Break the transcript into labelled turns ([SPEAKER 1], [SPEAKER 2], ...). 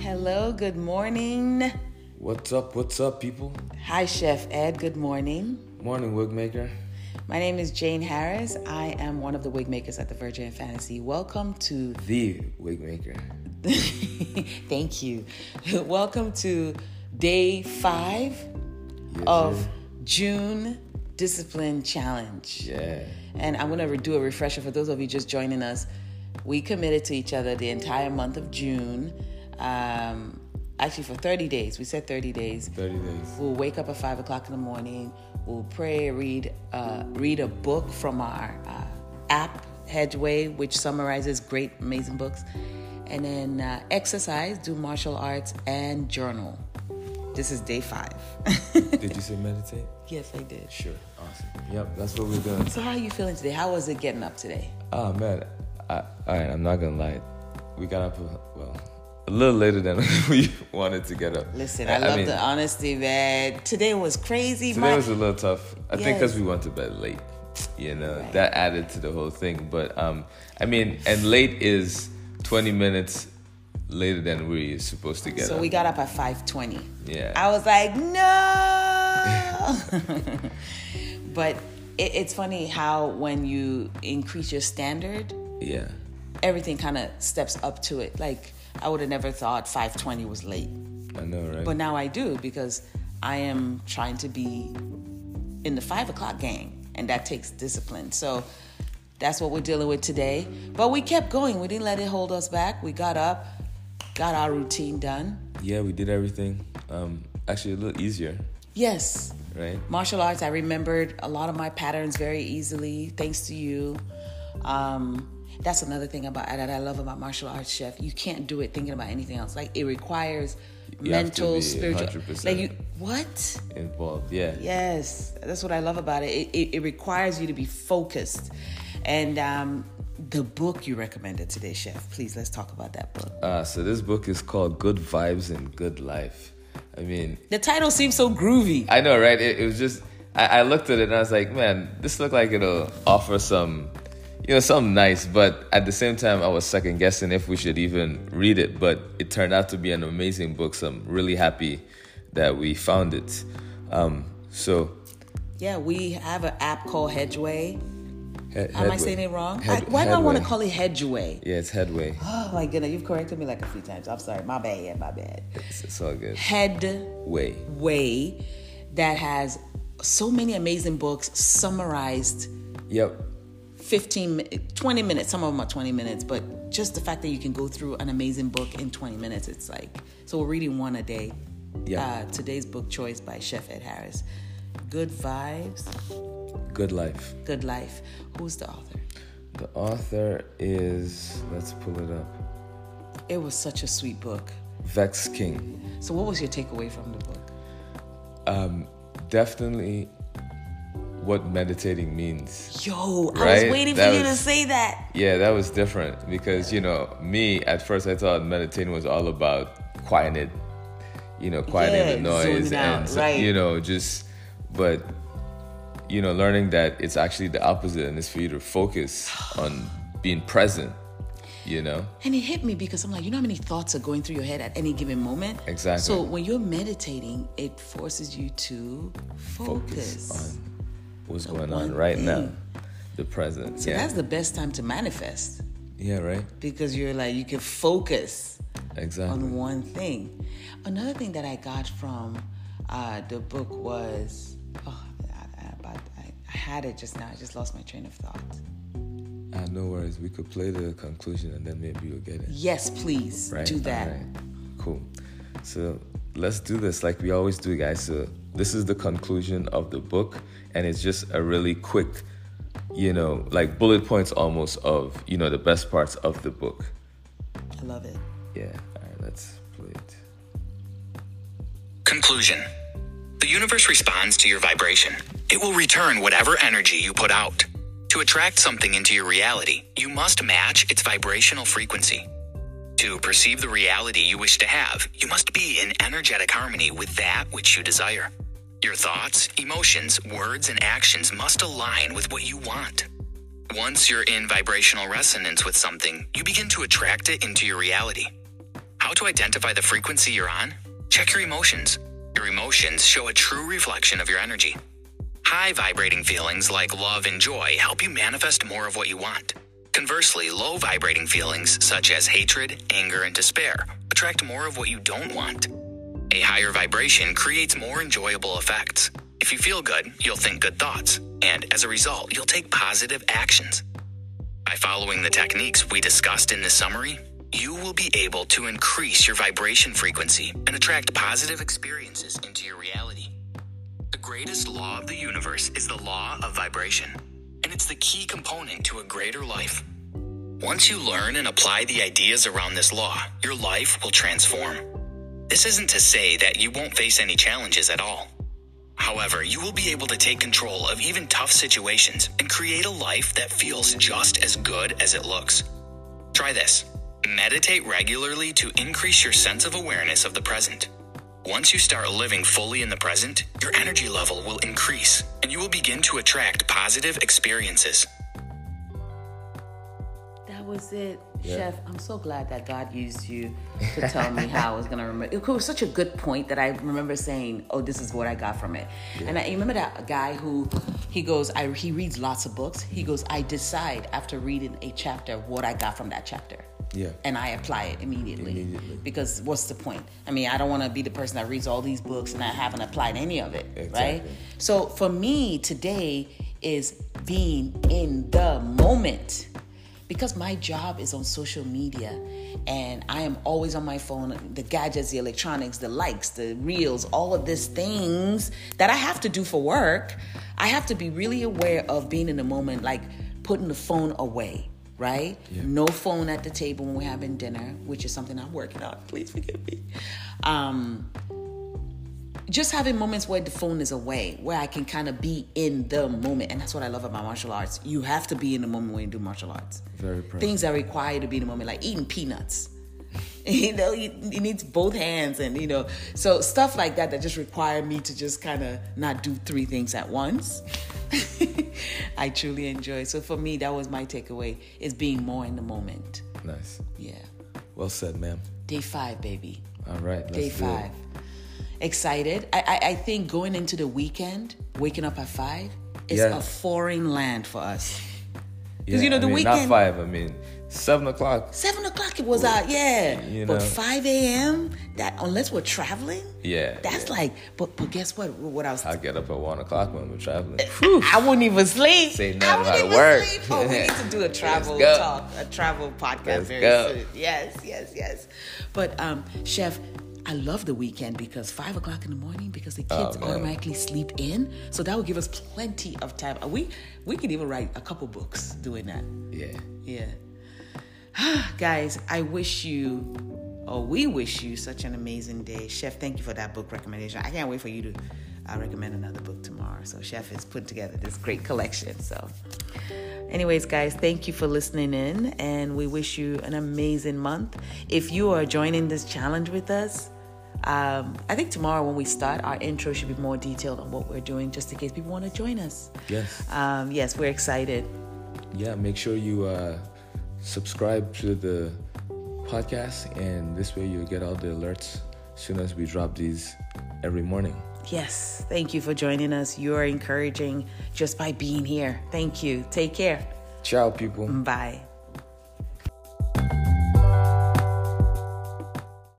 [SPEAKER 1] Hello, good morning.
[SPEAKER 2] What's up? What's up, people?
[SPEAKER 1] Hi, Chef Ed. Good morning.
[SPEAKER 2] Morning, Wigmaker.
[SPEAKER 1] My name is Jane Harris. I am one of the wig makers at the Virgin Fantasy. Welcome to.
[SPEAKER 2] The Wigmaker.
[SPEAKER 1] Thank you. Welcome to day five of June Discipline Challenge.
[SPEAKER 2] Yeah.
[SPEAKER 1] And I'm going to do a refresher for those of you just joining us. We committed to each other the entire month of June. Um, actually, for 30 days. We said 30 days.
[SPEAKER 2] 30 days.
[SPEAKER 1] We'll wake up at five o'clock in the morning. We'll pray, read, uh, read a book from our uh, app Hedgeway, which summarizes great, amazing books, and then uh, exercise, do martial arts, and journal. This is day five.
[SPEAKER 2] Did you say meditate?
[SPEAKER 1] yes, I did.
[SPEAKER 2] Sure. Awesome. Yep, that's what we're doing.
[SPEAKER 1] So, how are you feeling today? How was it getting up today?
[SPEAKER 2] Ah, man. I, all right, I'm not gonna lie. We got up, uh, well, a little later than we wanted to get up.
[SPEAKER 1] Listen, I, love
[SPEAKER 2] mean,
[SPEAKER 1] the honesty, man. Today was crazy.
[SPEAKER 2] Today
[SPEAKER 1] My-
[SPEAKER 2] was a little tough. I
[SPEAKER 1] Yes.
[SPEAKER 2] think 'cause think because we went to bed late, you know, that added to the whole thing. But um, I mean, and late is 20 minutes later than we're supposed to get
[SPEAKER 1] so
[SPEAKER 2] up.
[SPEAKER 1] we got up at 5:20.
[SPEAKER 2] Yeah.
[SPEAKER 1] I was like, no. but it, it's funny how when you increase your standard,
[SPEAKER 2] yeah.
[SPEAKER 1] everything kind of steps up to it. Like I would have never thought 5:20 was late,
[SPEAKER 2] I know, right?
[SPEAKER 1] but now I do because I am trying to be in the five o'clock gang, and that takes discipline. So that's what we're dealing with today. But we kept going. We didn't let it hold us back. We got up, got our routine done.
[SPEAKER 2] Yeah, we did everything. Um, actually, a little easier,
[SPEAKER 1] Yes,
[SPEAKER 2] right?
[SPEAKER 1] martial arts i remembered a lot of my patterns very easily thanks to you um, that's another thing about that i love about martial arts chef you can't do it thinking about anything else like it requires
[SPEAKER 2] You have to
[SPEAKER 1] mental
[SPEAKER 2] be
[SPEAKER 1] spiritual
[SPEAKER 2] 100%.
[SPEAKER 1] like you what
[SPEAKER 2] Involved, yeah.
[SPEAKER 1] yes that's what i love about it it, it, it requires you to be focused and um, the book you recommended today chef please let's talk about that book
[SPEAKER 2] Uh, so this book is called Good Vibes and Good Life. I mean,
[SPEAKER 1] the title seems so groovy
[SPEAKER 2] I know, right? It, it was just I, I looked at it and I was like, man, this looked like it'll offer some, you know, something nice. But at the same time, I was second guessing if we should even read it. But it turned out to be an amazing book. So I'm really happy that we found it. Um, so
[SPEAKER 1] yeah we have an app called hedgeway
[SPEAKER 2] he-
[SPEAKER 1] Am I
[SPEAKER 2] Headway.
[SPEAKER 1] saying it wrong?
[SPEAKER 2] Head-
[SPEAKER 1] I, why do I want to
[SPEAKER 2] Headway.
[SPEAKER 1] call it Hedgeway?
[SPEAKER 2] Yeah, it's Headway.
[SPEAKER 1] Oh my goodness, you've corrected me like a few times. I'm sorry, my bad, my bad.
[SPEAKER 2] It's, it's all good.
[SPEAKER 1] Headway
[SPEAKER 2] Way.
[SPEAKER 1] that has so many amazing books summarized
[SPEAKER 2] Yep.
[SPEAKER 1] 15, mi- 20 minutes. Some of them are 20 minutes, but just the fact that you can go through an amazing book in 20 minutes, it's like, so we're reading one a day.
[SPEAKER 2] Yeah.
[SPEAKER 1] Uh, today's book choice by Chef Ed Harris. Good Vibes,
[SPEAKER 2] Good Life.
[SPEAKER 1] Good Life. Who's the author?
[SPEAKER 2] The author is, let's pull it up,
[SPEAKER 1] It was such a sweet book.
[SPEAKER 2] Vex King.
[SPEAKER 1] So, what was your takeaway from the book?
[SPEAKER 2] Um, definitely what meditating means.
[SPEAKER 1] Yo, I was
[SPEAKER 2] Right?
[SPEAKER 1] waiting
[SPEAKER 2] That
[SPEAKER 1] for you to
[SPEAKER 2] was-
[SPEAKER 1] say that.
[SPEAKER 2] Yeah, that was different because, you know, me, at first I thought meditating was all about quieting, you know, quieting the
[SPEAKER 1] Yeah, zooming
[SPEAKER 2] noise
[SPEAKER 1] out,
[SPEAKER 2] and, so-
[SPEAKER 1] right.
[SPEAKER 2] you know, just, but, you know, learning that it's actually the opposite and it's for you to focus on being present, you know?
[SPEAKER 1] And it hit me because I'm like, you know how many thoughts are going through your head at any given moment?
[SPEAKER 2] Exactly.
[SPEAKER 1] So when you're meditating, it forces you to focus.
[SPEAKER 2] focus on what's going
[SPEAKER 1] one
[SPEAKER 2] on right now,
[SPEAKER 1] thing.
[SPEAKER 2] the present.
[SPEAKER 1] So
[SPEAKER 2] yeah.
[SPEAKER 1] that's the best time to manifest
[SPEAKER 2] yeah, right.
[SPEAKER 1] because you're like, you can focus
[SPEAKER 2] Exactly.
[SPEAKER 1] on one thing. Another thing that I got from uh, the book was, oh, I, I, about- I, I had it just now. I just lost my train of thought.
[SPEAKER 2] Ah, no worries. We could play the conclusion and then maybe you'll get it.
[SPEAKER 1] Yes, please
[SPEAKER 2] Right.
[SPEAKER 1] do that.
[SPEAKER 2] Alright. Cool. So let's do this like we always do, guys. So this is the conclusion of the book, and it's just a really quick, you know, like bullet points almost of you know the best parts of the book.
[SPEAKER 1] I love it.
[SPEAKER 2] Yeah. All right. Let's play it.
[SPEAKER 3] Conclusion The universe responds to your vibration. It will return whatever energy you put out. To attract something into your reality, you must match its vibrational frequency. To perceive the reality you wish to have, you must be in energetic harmony with that which you desire. Your thoughts, emotions, words, and actions must align with what you want. Once you're in vibrational resonance with something, you begin to attract it into your reality. How to identify the frequency you're on? Check your emotions. Your emotions show a true reflection of your energy. High vibrating feelings like love and joy help you manifest more of what you want. Conversely, low vibrating feelings such as hatred, anger, and despair attract more of what you don't want. A higher vibration creates more enjoyable effects. If you feel good, you'll think good thoughts, and as a result, you'll take positive actions. By following the techniques we discussed in this summary, you will be able to increase your vibration frequency and attract positive experiences into your reality. The greatest law of the universe is the law of vibration, and it's the key component to a greater life. Once you learn and apply the ideas around this law, your life will transform. This isn't to say that you won't face any challenges at all. However, you will be able to take control of even tough situations and create a life that feels just as good as it looks. Try this meditate regularly to increase your sense of awareness of the present. Once you start living fully in the present, your energy level will increase and you will begin to attract positive experiences.
[SPEAKER 1] That was it, Chef. I'm so glad that God used you to tell me how I was gonna remember. It was such a good point that I remember saying, "Oh, this is what I got from it." And I remember that guy who he goes, I he reads lots of books. He goes, I decide after reading a chapter what I got from that chapter.
[SPEAKER 2] Yeah.
[SPEAKER 1] And I apply it immediately.
[SPEAKER 2] Immediately.
[SPEAKER 1] Because what's the point? I mean, I don't want to be the person that reads all these books and I haven't applied any of it, right?
[SPEAKER 2] Exactly.
[SPEAKER 1] So for me today is being in the moment because my job is on social media and I am always on my phone the gadgets, the electronics, the likes, the reels, all of these things that I have to do for work. I have to be really aware of being in the moment, like putting the phone away. Right? No phone at the table when we're having dinner, which is something I'm working on. Please forgive me. Um, just having moments where the phone is away, where I can kind of be in the moment, and that's what I love about martial arts. You have to be in the moment when you do martial arts.
[SPEAKER 2] Very present.
[SPEAKER 1] Things that require you to be in the moment, like eating peanuts. You know, you- it needs both hands, and you know, so stuff like that that just require me to just kind of not do three things at once. I truly enjoy. So for me, that was my takeaway: is being more in the moment.
[SPEAKER 2] Nice.
[SPEAKER 1] Yeah,
[SPEAKER 2] Well said, ma'am.
[SPEAKER 1] day five, baby.
[SPEAKER 2] All right. Let's
[SPEAKER 1] Day
[SPEAKER 2] do it.
[SPEAKER 1] five. Excited. I, I, I think going into the weekend, waking up at five, is
[SPEAKER 2] Yeah.
[SPEAKER 1] a foreign land for us.
[SPEAKER 2] Yeah,
[SPEAKER 1] you know,
[SPEAKER 2] I
[SPEAKER 1] the
[SPEAKER 2] mean, Not
[SPEAKER 1] weekend-
[SPEAKER 2] five. I mean, seven o'clock.
[SPEAKER 1] Seven o'clock it was out, yeah.
[SPEAKER 2] you
[SPEAKER 1] but
[SPEAKER 2] know.
[SPEAKER 1] five a.m. That unless we're traveling,
[SPEAKER 2] Yeah,
[SPEAKER 1] that's
[SPEAKER 2] yeah.
[SPEAKER 1] like. But but guess what? What I was
[SPEAKER 2] I get up at one o'clock when we're traveling.
[SPEAKER 1] I wouldn't even sleep.
[SPEAKER 2] Say nothing
[SPEAKER 1] I wouldn't
[SPEAKER 2] about
[SPEAKER 1] even
[SPEAKER 2] work.
[SPEAKER 1] sleep. Oh, we need to do a travel
[SPEAKER 2] go.
[SPEAKER 1] talk, a travel podcast
[SPEAKER 2] Let's
[SPEAKER 1] very
[SPEAKER 2] go.
[SPEAKER 1] soon. Yes, yes, yes. But um, Chef, I love the weekend because five o'clock in the morning because the kids
[SPEAKER 2] man.
[SPEAKER 1] automatically sleep in, so that would give us plenty of time. Uh, We we could even write a couple books doing that.
[SPEAKER 2] yeah.
[SPEAKER 1] Yeah. Guys, I wish you, or we wish you, such an amazing day. Chef, thank you for that book recommendation. I can't wait for you to uh, recommend another book tomorrow. So, Chef has put together this great collection. So, anyways, guys, thank you for listening in, and we wish you an amazing month. If you are joining this challenge with us, um, I think tomorrow when we start, our intro should be more detailed on what we're doing, just in case people want to join us.
[SPEAKER 2] Yes.
[SPEAKER 1] Um, yes, we're excited.
[SPEAKER 2] yeah, make sure you uh, subscribe to the podcast, and this way you'll get all the alerts as soon as we drop these every morning.
[SPEAKER 1] Yes, thank you for joining us. You are encouraging just by being here. Thank you. Take care.
[SPEAKER 2] Ciao, people.
[SPEAKER 1] Bye.